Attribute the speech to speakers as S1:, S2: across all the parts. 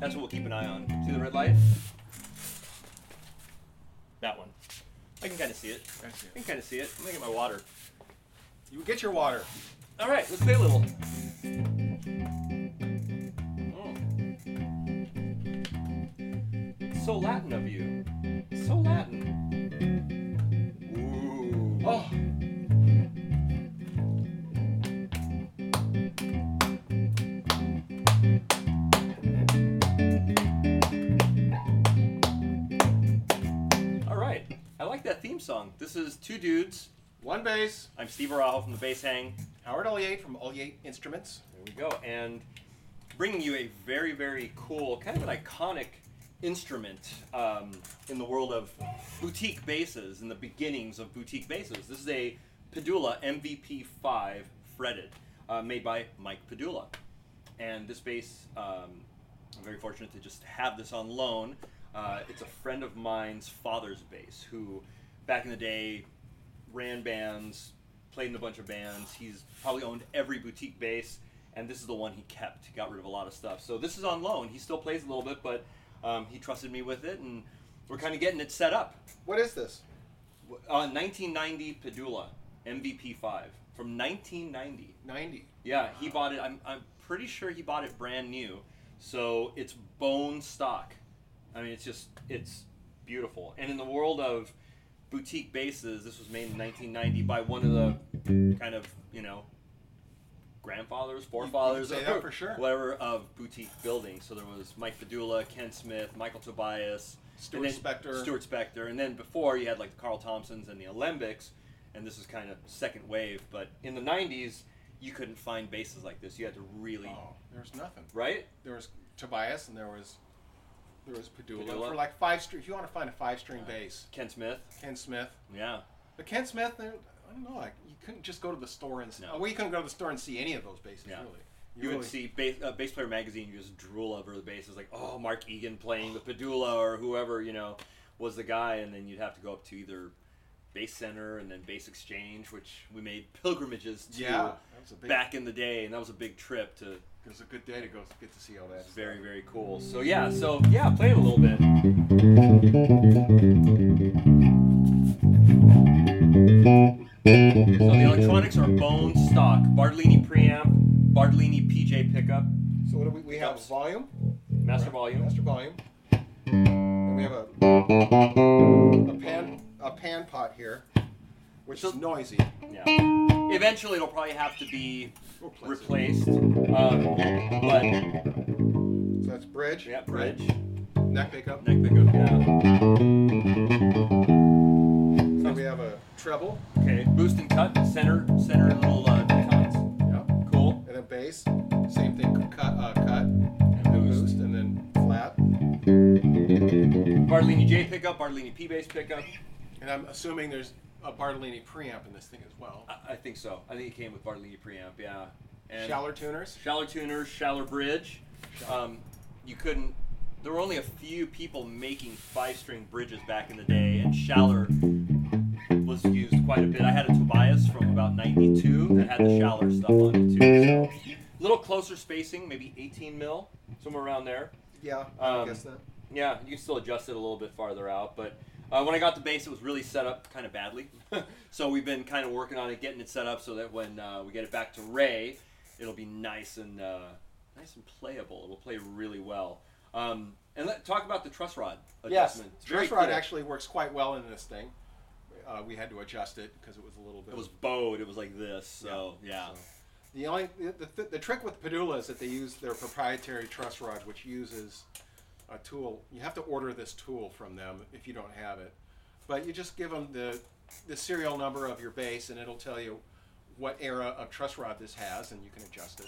S1: That's what we'll keep an eye on. See the red light? That one. I can kind of see it.
S2: That's
S1: I
S2: it.
S1: can kind of see it. I'm gonna get my water.
S2: You get your water.
S1: All right, let's play a little. Hmm. Mm. So Latin of you. So Latin.
S2: Ooh.
S1: Oh. All right. I like that theme song. This is Two Dudes.
S2: One bass.
S1: I'm Steve Araujo from the Bass Hang.
S2: Howard Elliott from Elliott Instruments.
S1: There we go. And bringing you a very, very cool, kind of an iconic instrument um, in the world of boutique basses, in the beginnings of boutique basses. This is a Padula MVP5 fretted, uh, made by Mike Padula. And this bass, um, I'm very fortunate to just have this on loan. Uh, it's a friend of mine's father's bass, who back in the day ran bands, played in a bunch of bands. He's probably owned every boutique bass, and this is the one he kept. He got rid of a lot of stuff. So this is on loan. He still plays a little bit, but um, he trusted me with it, and we're kind of getting it set up.
S2: What is this?
S1: Uh, 1990 Padula MVP5 from 1990.
S2: 90.
S1: Yeah, he bought it. I'm, I'm pretty sure he bought it brand new. So it's bone stock. I mean, it's just, it's beautiful. And in the world of boutique bases, this was made in 1990 by one of the kind of, you know, grandfathers, forefathers,
S2: You- you can say that for sure.
S1: whatever, of boutique building. So there was Mike Fadula, Ken Smith, Michael Tobias,
S2: Stuart
S1: and then
S2: Spector.
S1: Stuart Spector, and then before you had like the Carl Thompsons and the Alembics, and this is kind of second wave. But in the '90s, you couldn't find bases like this. You had to really,
S2: Oh, there was nothing.
S1: right?
S2: There was Tobias and there was there was Padula,
S1: Padula.
S2: for like five string. If you want to find a five string bass,
S1: Ken Smith,
S2: Ken Smith.
S1: yeah,
S2: But Ken Smith, there, I don't know. Like you couldn't just go to the store and see.
S1: No.
S2: Well, you couldn't go to the store and see any of those bases
S1: Yeah.
S2: really.
S1: you would
S2: really-
S1: see bass, uh, bass player magazine. You just drool over the bases, like oh, Mark Egan playing the Padula or whoever you know was the guy, and then you'd have to go up to either Bass Center and then Bass Exchange, which we made pilgrimages to
S2: Yeah, that was a big.
S1: back in the day, and that was a big trip to
S2: It was a good day to go get to see all that.
S1: It's very, very cool. So yeah, so yeah, play it a little bit. So the electronics are bone stock, Bartolini preamp, Bartolini PJ pickup,
S2: So what do we? We have
S1: Pickups.
S2: volume,
S1: master volume.
S2: master volume, and we have a a pan a pan pot here, which is
S1: So-
S2: noisy.
S1: Yeah. Eventually, it'll probably have to be
S2: Replace
S1: replaced.
S2: it.
S1: Um, but
S2: So that's bridge.
S1: yeah,
S2: right?
S1: bridge,
S2: Neck pickup.
S1: neck pickup. Yeah.
S2: So we have a treble.
S1: Okay. Boost and cut, center, center little uh, pitons.
S2: Yeah.
S1: Cool.
S2: And then bass. Same thing. Cut. Uh, cut.
S1: And boost.
S2: Boost and then flat.
S1: Bartolini J pickup, Bartolini P bass pickup.
S2: And I'm assuming there's a Bartolini preamp in this thing as well.
S1: I, I think so. I think it came with Bartolini preamp, yeah. Uh, And
S2: Shallower tuners.
S1: shallow tuners, shallow bridge. Um, you couldn't. There were only a few people making five-string bridges back in the day, and shallower was used quite a bit. I had a Tobias from about '92 that had the shallower stuff on it too. So, little closer spacing, maybe 18 mil, somewhere around there.
S2: Yeah. I
S1: Um,
S2: guess that.
S1: Yeah, you can still adjust it a little bit farther out, but uh, when I got the bass, it was really set up kind of badly. so we've been kind of working on it, getting it set up so that when uh, we get it back to Ray, it'll be nice and uh, nice and playable. It'll play really well. Um, and let, talk about the truss rod adjustment. It's very
S2: Dress rod
S1: cool.
S2: actually works quite well in this thing. Uh, we had to adjust it because it was a little bit.
S1: It was bowed. It was like this. So yeah,
S2: So, the only the, the, the trick with Padula is that they use their proprietary truss rod, which uses a tool. You have to order this tool from them if you don't have it, but you just give them the the serial number of your base, and it'll tell you what era of truss rod this has, and you can adjust it.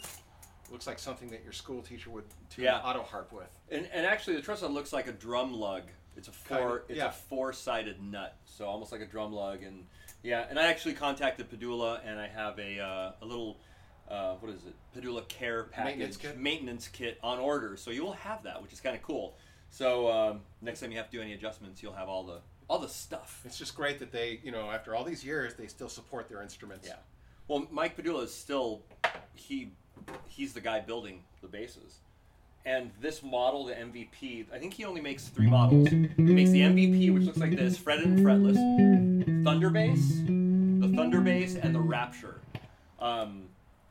S2: Looks like something that your school teacher would tune
S1: Yeah.
S2: an auto harp with.
S1: and, and actually the truss rod looks like a drum lug. It's a four.
S2: Kinda,
S1: It's
S2: yeah.
S1: a four-sided nut, so almost like a drum lug. And yeah, and I actually contacted Padula, and I have a uh, a little. Uh, what is it? Padula Care package
S2: Maintenance kit?
S1: maintenance kit on order, so you will have that, which is kind of cool. So um, next time you have to do any adjustments, you'll have all the all the stuff.
S2: It's just great that they, you know, after all these years, they still support their instruments.
S1: Yeah. Well, Mike Padula is still he he's the guy building the bases. And this model, the MVP, I think he only makes three models. He makes the MVP, which looks like this, fretted and fretless, Thunder Bass, the Thunder Bass, and the Rapture. Um,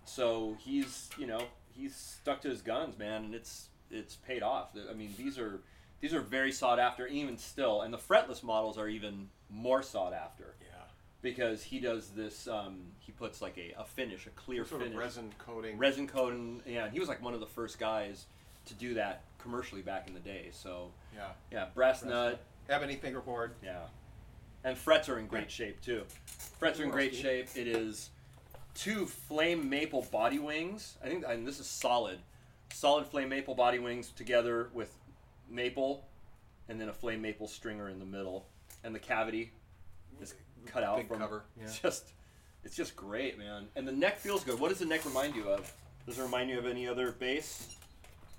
S1: so he's, you know, he's stuck to his guns, man, and it's it's paid off. I mean, these are these are very sought after, even still, and the fretless models are even more sought after
S2: Yeah.
S1: because he does this. Um, he puts like a, a finish, a clear
S2: Sort
S1: finish,
S2: of resin coating.
S1: resin coating. Yeah, and he was like one of the first guys to do that commercially back in the day. So
S2: yeah.
S1: yeah, brass,
S2: Brass
S1: nut,
S2: nut. Ebony fingerboard.
S1: yeah. And frets are in great shape too. Frets are in
S2: Who
S1: great
S2: else,
S1: shape. It is two flame maple body wings. I think and this is solid. Solid flame maple body wings together with maple and then a flame maple stringer in the middle. And the cavity is cut out
S2: Big
S1: from
S2: cover,
S1: It's
S2: yeah.
S1: just it's just great, man. And the neck feels good. What does the neck remind you of? Does it remind you of any other bass?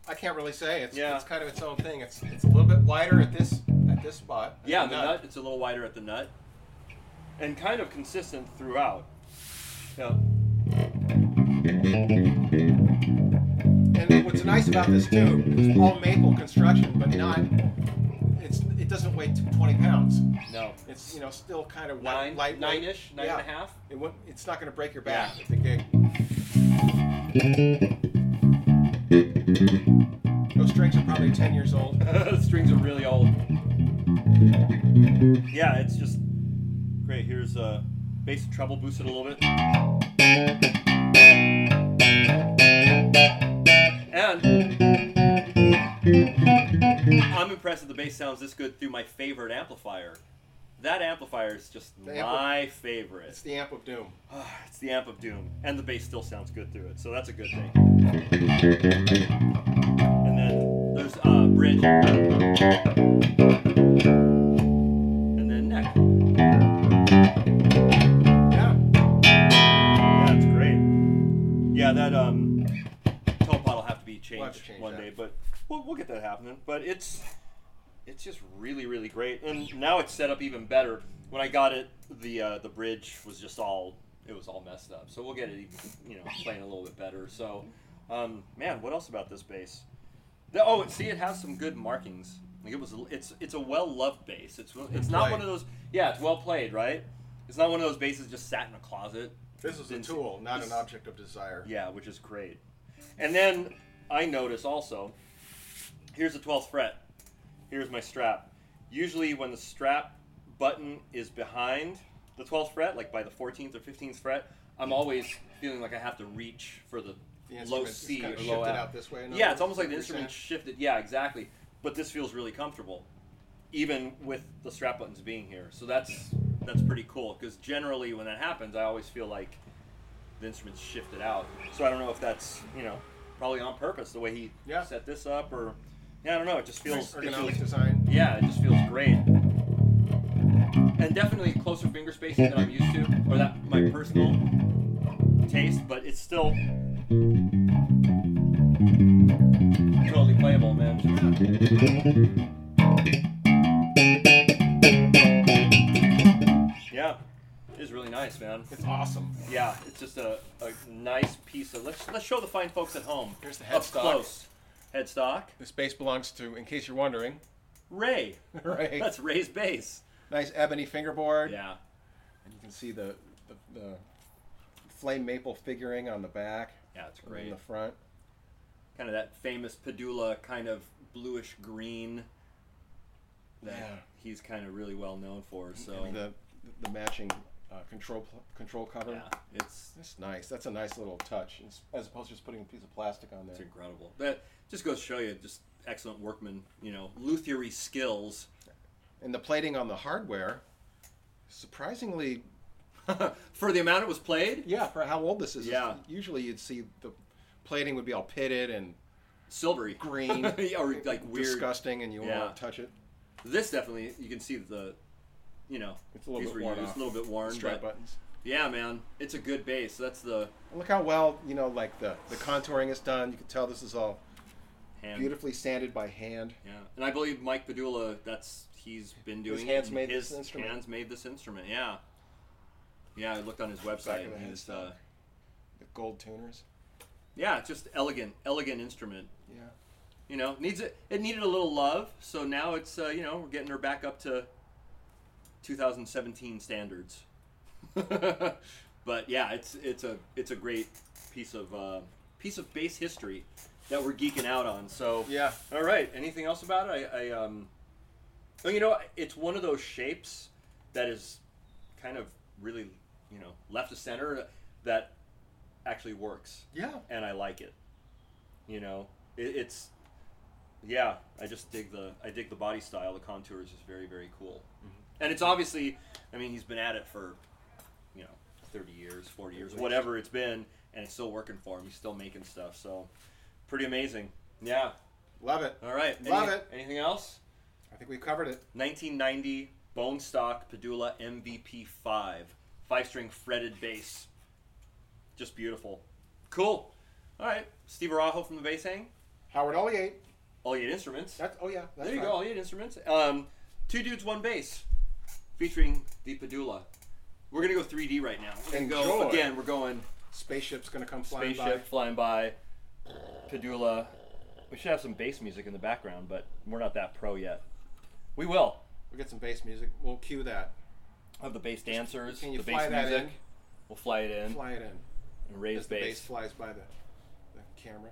S2: I can't really say. It's,
S1: Yeah.
S2: it's kind of its own thing. It's it's a little bit wider at this at this spot. at
S1: Yeah,
S2: the
S1: the nut. It's a little wider at the nut, and kind of consistent throughout. Yeah.
S2: And what's nice about this too is all maple construction, but not. It's it doesn't weigh 20 pounds.
S1: No.
S2: It's you know still kind of light,
S1: Nine,
S2: lightweight.
S1: nine-ish, nine and a half.
S2: Yeah. It won't, it's not going to break your
S1: Yeah.
S2: back at the gig. Those strings are probably 10 years old.
S1: The strings are really old. Yeah, it's just great. Here's uh, bass and treble boosted a little bit. And I'm impressed that the bass sounds this good through my favorite amplifier. That amplifier is just
S2: The ampli-
S1: my favorite.
S2: It's the amp of doom.
S1: it's the amp of doom, and the bass still sounds good through it, so that's a good thing. And then there's uh, bridge, and then neck.
S2: Yeah.
S1: Yeah, that's great. Yeah, that um, tone pot will have to be changed
S2: We'll have to change
S1: one
S2: that.
S1: day, but we'll, we'll get that happening. But it's it's just really really great, and now it's set up even better. When I got it, the uh, the bridge was just all it was all messed up, so we'll get it even you know playing a little bit better. So, um, man, what else about this bass? The, oh, see, it has some good markings. Like it was, it's it's a well loved bass. It's it's not one of those. Yeah, it's well played, right? It's not one of those basses just sat in a closet.
S2: This is a
S1: Didn't see-
S2: tool, not
S1: this-
S2: an object of desire.
S1: yeah, which is great. And then I notice also, here's the 12th fret. Here's my strap. Usually when the strap button is behind the 12th fret, like by the 14th or 15th fret, I'm always feeling like I have to reach for the,
S2: The
S1: low
S2: instrument is
S1: C
S2: kind
S1: or
S2: of
S1: low
S2: shifted
S1: F.
S2: out this way. in other
S1: Yeah, it's
S2: words,
S1: almost like the
S2: you're
S1: instrument
S2: saying?
S1: shifted. Yeah, exactly. But this feels really comfortable, even with the strap buttons being here. So that's that's pretty cool. Because generally, when that happens, I always feel like the instrument's shifted out. So I don't know if that's you know probably on purpose the way he
S2: Yeah.
S1: set this up, or yeah, I don't know. It just feels, it
S2: ergonomic
S1: feels
S2: design.
S1: yeah, it just feels great. And definitely closer finger spacing than I'm used to, or that my personal taste, but it's still totally playable, man. Yeah, it is really nice, man.
S2: It's awesome.
S1: Yeah, it's just a, a nice piece of. Let's let's show the fine folks at home.
S2: Here's the
S1: up
S2: headstock.
S1: close. Headstock.
S2: This bass belongs to, in case you're wondering,
S1: Ray.
S2: right?
S1: That's Ray's bass.
S2: nice ebony fingerboard.
S1: Yeah.
S2: And you can see the, the, the flame maple figuring on the back
S1: Yeah, it's
S2: and in
S1: great.
S2: the front.
S1: Kind of that famous Padula kind of bluish green that
S2: Yeah.
S1: he's kind of really well known for. So
S2: And the, the matching uh, control pl- control cover.
S1: yeah, it's
S2: That's nice. That's a nice little touch, as- as opposed to just putting a piece of plastic on
S1: it's
S2: there.
S1: incredible. That just goes to show you just excellent workman, you know, luthiery skills.
S2: And the plating on the hardware, surprisingly,
S1: for the amount it was played,
S2: yeah, for how old this is.
S1: Yeah.
S2: Usually you'd see the plating would be all pitted and
S1: silvery.
S2: green,
S1: or like weird.
S2: disgusting, and you
S1: Yeah.
S2: won't touch it.
S1: This definitely you can see the you know,
S2: It's a little
S1: these
S2: bit
S1: were
S2: worn
S1: used,
S2: off.
S1: a little bit worn,
S2: Strap
S1: but
S2: buttons.
S1: yeah, man, it's a good bass. That's the
S2: And look how well you know, like the the contouring is done. You can tell this is all
S1: hand.
S2: beautifully sanded by hand.
S1: Yeah, and I believe Mike Padula. That's he's been doing.
S2: hands
S1: it.
S2: made
S1: his
S2: this instrument.
S1: Hands made this instrument. Yeah. Yeah, I looked on his website.
S2: of the
S1: and his,
S2: headstock.
S1: uh,
S2: The gold tuners.
S1: yeah, it's just elegant, elegant instrument.
S2: Yeah.
S1: You know, needs it. It needed a little love, so now it's uh, you know we're getting her back up to 2017 standards. but yeah, it's it's a it's a great piece of uh, piece of bass history that we're geeking out on. So
S2: Yeah.
S1: all right. Anything else about it? I, I um, oh, you know, it's one of those shapes that is kind of really, you know, left to center that actually works,
S2: Yeah.
S1: and I like it. You know, it, it's yeah. I just dig the I dig the body style. The contours is very very cool, and it's obviously. I mean, he's been at it for, you know, thirty years, forty years, whatever it's been, and it's still working for him. He's still making stuff, so pretty amazing. Yeah.
S2: Love it.
S1: All right.
S2: Love it.
S1: Anything else?
S2: I think we covered it.
S1: 1990 Bone Stock Padula MVP5. Five string fretted bass. Just beautiful. Cool. All right. Steve Arajo from the Bass Hang.
S2: Howard Elliott.
S1: All Eight Instruments.
S2: That's oh yeah. That's
S1: there you
S2: right.
S1: go. All Eight Instruments. Um, two Dudes, One Bass. Featuring the Padula. We're going to go 3D right now. We're going to go,
S2: Enjoy.
S1: again, we're going
S2: Spaceship's gonna come flying
S1: spaceship flying by, Padula. We should have some bass music in the background, but we're not that pro yet. We will.
S2: by. We'll get some bass music. We'll cue that.
S1: Of the bass dancers,
S2: Can you
S1: the
S2: fly
S1: bass
S2: that
S1: music. We'll fly it in
S2: in? Fly it in.
S1: and raise
S2: As the bass
S1: bass.
S2: flies by the, the camera.